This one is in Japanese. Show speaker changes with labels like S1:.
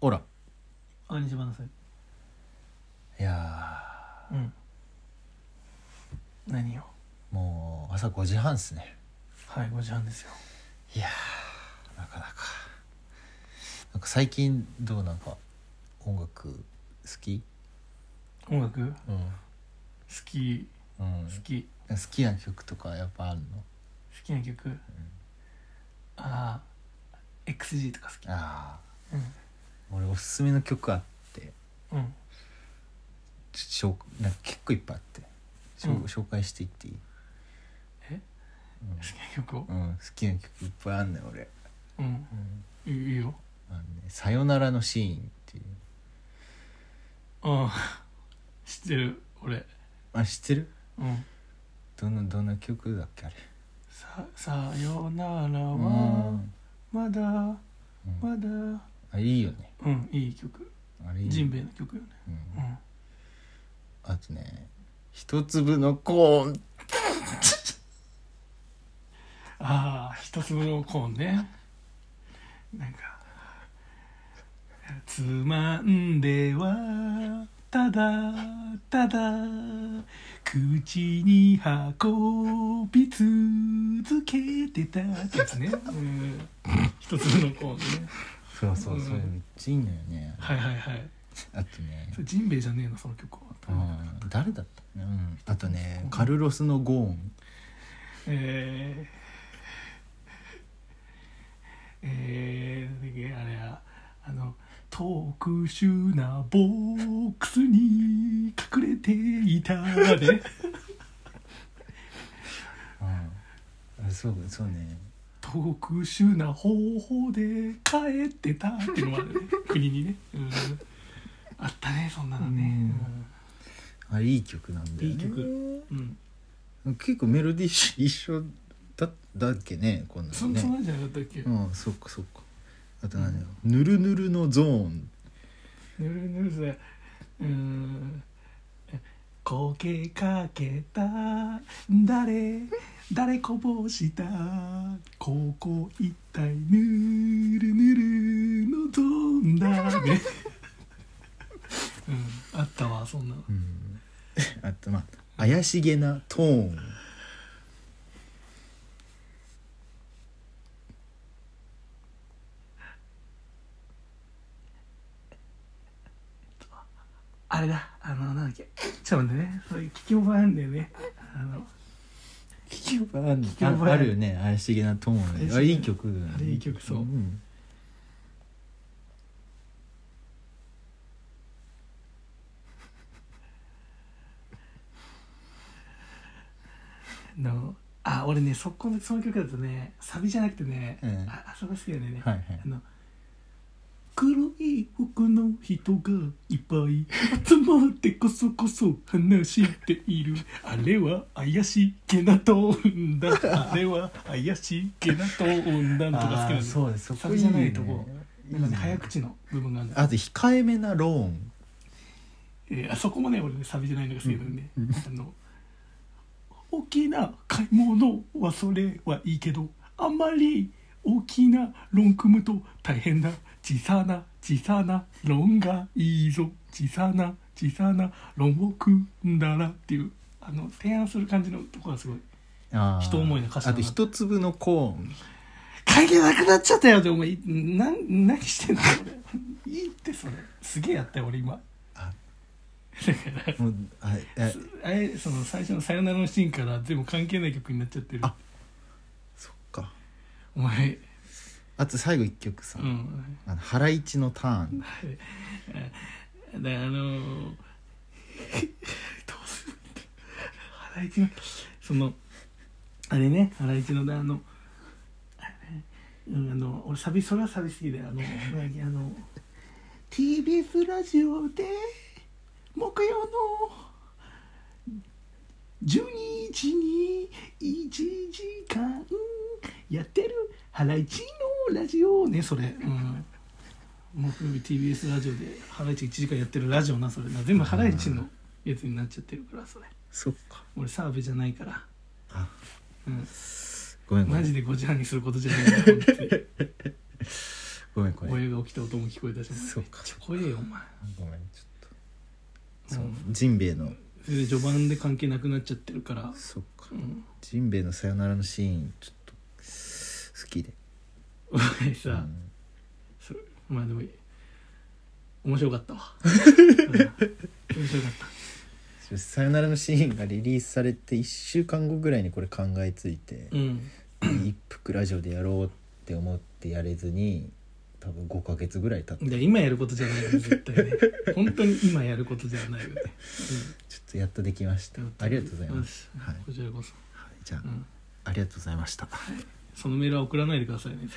S1: おら
S2: あ西花さん
S1: いや
S2: うん何よ
S1: ーもう朝5時半っすね
S2: はい5時半ですよ
S1: いやーなかなかなんか最近どうなんか音楽好き
S2: 音楽好
S1: うん、
S2: き
S1: うん、
S2: 好
S1: 好
S2: き
S1: きな曲とかやっぱあるの
S2: 好きな曲、ああ XG とか好き
S1: あ
S2: う
S1: あ俺おすすめの曲あって
S2: んうん
S1: ちょ紹なんか結構いっぱいあって紹,、
S2: うん
S1: 紹介していっていい
S2: え好きな曲を
S1: うん、うん好きな曲いっぱいあんねん俺、
S2: うん
S1: うん
S2: いいいよ
S1: あのね「さよならのシーン」っていう
S2: うん 知ってる俺
S1: あ知ってる
S2: うん
S1: どのどんな曲だっけあれ
S2: ささよなら
S1: う
S2: は
S1: ん
S2: まだ
S1: うん
S2: まだ
S1: あいいよね
S2: うんいい曲
S1: あれいい
S2: ジンベエの曲よね
S1: うん
S2: うん
S1: あとね「一粒のコーン
S2: ああ一粒のコーンねなんか「つまんではただただ口に運び続けてた」ってやつね、うん、一粒のコーンね」
S1: そうそううんそれめっちゃいいのよね
S2: はいはいはい
S1: あとね
S2: それジンベエじゃねえのその曲は、
S1: うん誰だったかなうんあとね「カルロスのゴーン
S2: えーえー、なんだっけあれやあの特殊なボックスに隠れていた で
S1: うん」あそうそうね
S2: 特殊な方法で帰ってたっていうのもあるね国にね、うん、あったねそんなのね
S1: あれいい曲なんだよね
S2: いい曲うん、
S1: 結構メロディー一緒だだっけねこんな
S2: そ
S1: の
S2: そん
S1: ね
S2: なんじゃなかったっけ、
S1: うんそっかそっかあと何だよ「ぬるぬるのゾーン
S2: ぬるぬるさうーんこけかけた誰誰こぼしたここ一体ぬるぬるのどんだねうんあったわそんなの」
S1: うん、あとまあ怪しげなトーン
S2: あれだあのなんだっけちょっと待ってねそういう聞き覚えあるんだよねあの
S1: 聞き覚えある
S2: き覚えある
S1: あるよね怪しげなトーンねあれいい曲だよね
S2: あれいい曲そうんのあ俺ねそこのその曲だとねサビじゃなくてね、
S1: うん
S2: ああそこ好きだよね、
S1: はいはい
S2: あの黒い服の人がいっぱい集まってこそこそ話しているあれは怪しげなトーンだあれは怪しげなトーンだとか好きな
S1: あ
S2: ん
S1: ー
S2: です
S1: そうですそ
S2: サ
S1: こい
S2: ビ
S1: いよ
S2: じゃな
S1: ね
S2: いとこなんかね早口の部分があるんだ
S1: あと控えめなローン
S2: えーあそこもね俺ねサビじゃないのが好きなんで、ねあの大きな買い物はそれはいいけどあんまり大きなロン組むと大変だ小さな小さなロンがいいぞ小さな小さなロンを組んだらっていうあの提案する感じのとこがすごい
S1: あー
S2: 人思いの歌詞だ
S1: あ
S2: な
S1: と一粒のコーン
S2: 関係なくなっちゃったよでお前なん何してんの俺いいってそれすげえやったよ俺今
S1: あ
S2: だから
S1: もうあえ
S2: すあれその最初の「さよなら」のシーンから全部関係ない曲になっちゃってる
S1: あそっか
S2: お前
S1: あと最後一曲さ、
S2: うん
S1: あのハライチのターン
S2: であのー どうする原市のそのあれね原市のねあのうんあの俺サビそれはサビ好きであのなんだっけあの TBS ラジオで木曜の12時に1時間やってる「ハライチのラジオ」ねそれ、うん、木曜日 TBS ラジオで「ハライチ」1時間やってるラジオなそれな全部ハライチのやつになっちゃってるからそれ
S1: そっか
S2: 俺澤部じゃないから、
S1: あ
S2: うん、
S1: ごめんごめ
S2: マ
S1: ん
S2: ジで5時半にすることじゃないんだよ本当に
S1: ごめんこれ
S2: 親が起きた音も聞こえたし
S1: そうか
S2: めっちゃ怖えよお前
S1: ごめんちょっとそううんジンベエの
S2: それで序盤で関係なくなっちゃってるから
S1: そうか
S2: うん
S1: ジンベエのさよならのシーンちょっと好きで
S2: お前さ、
S1: うん
S2: それまあでも面白 かったわ、うん面白かった
S1: さよならのシーンがリリースされて1週間後ぐらいにこれ考えつい て
S2: うん
S1: 一服ラジオでやろうって思ってやれずに多分5ヶ月ぐらい経って
S2: で今やることじゃないよね絶対ね本当に今やることじゃないよね、
S1: ちょっとやっとできました
S2: うん
S1: ありがとうございます、
S2: うん
S1: はい
S2: こちらこそ、
S1: はいじゃあ、
S2: うん
S1: ありがとうございました
S2: そのメールは送らないでくださいね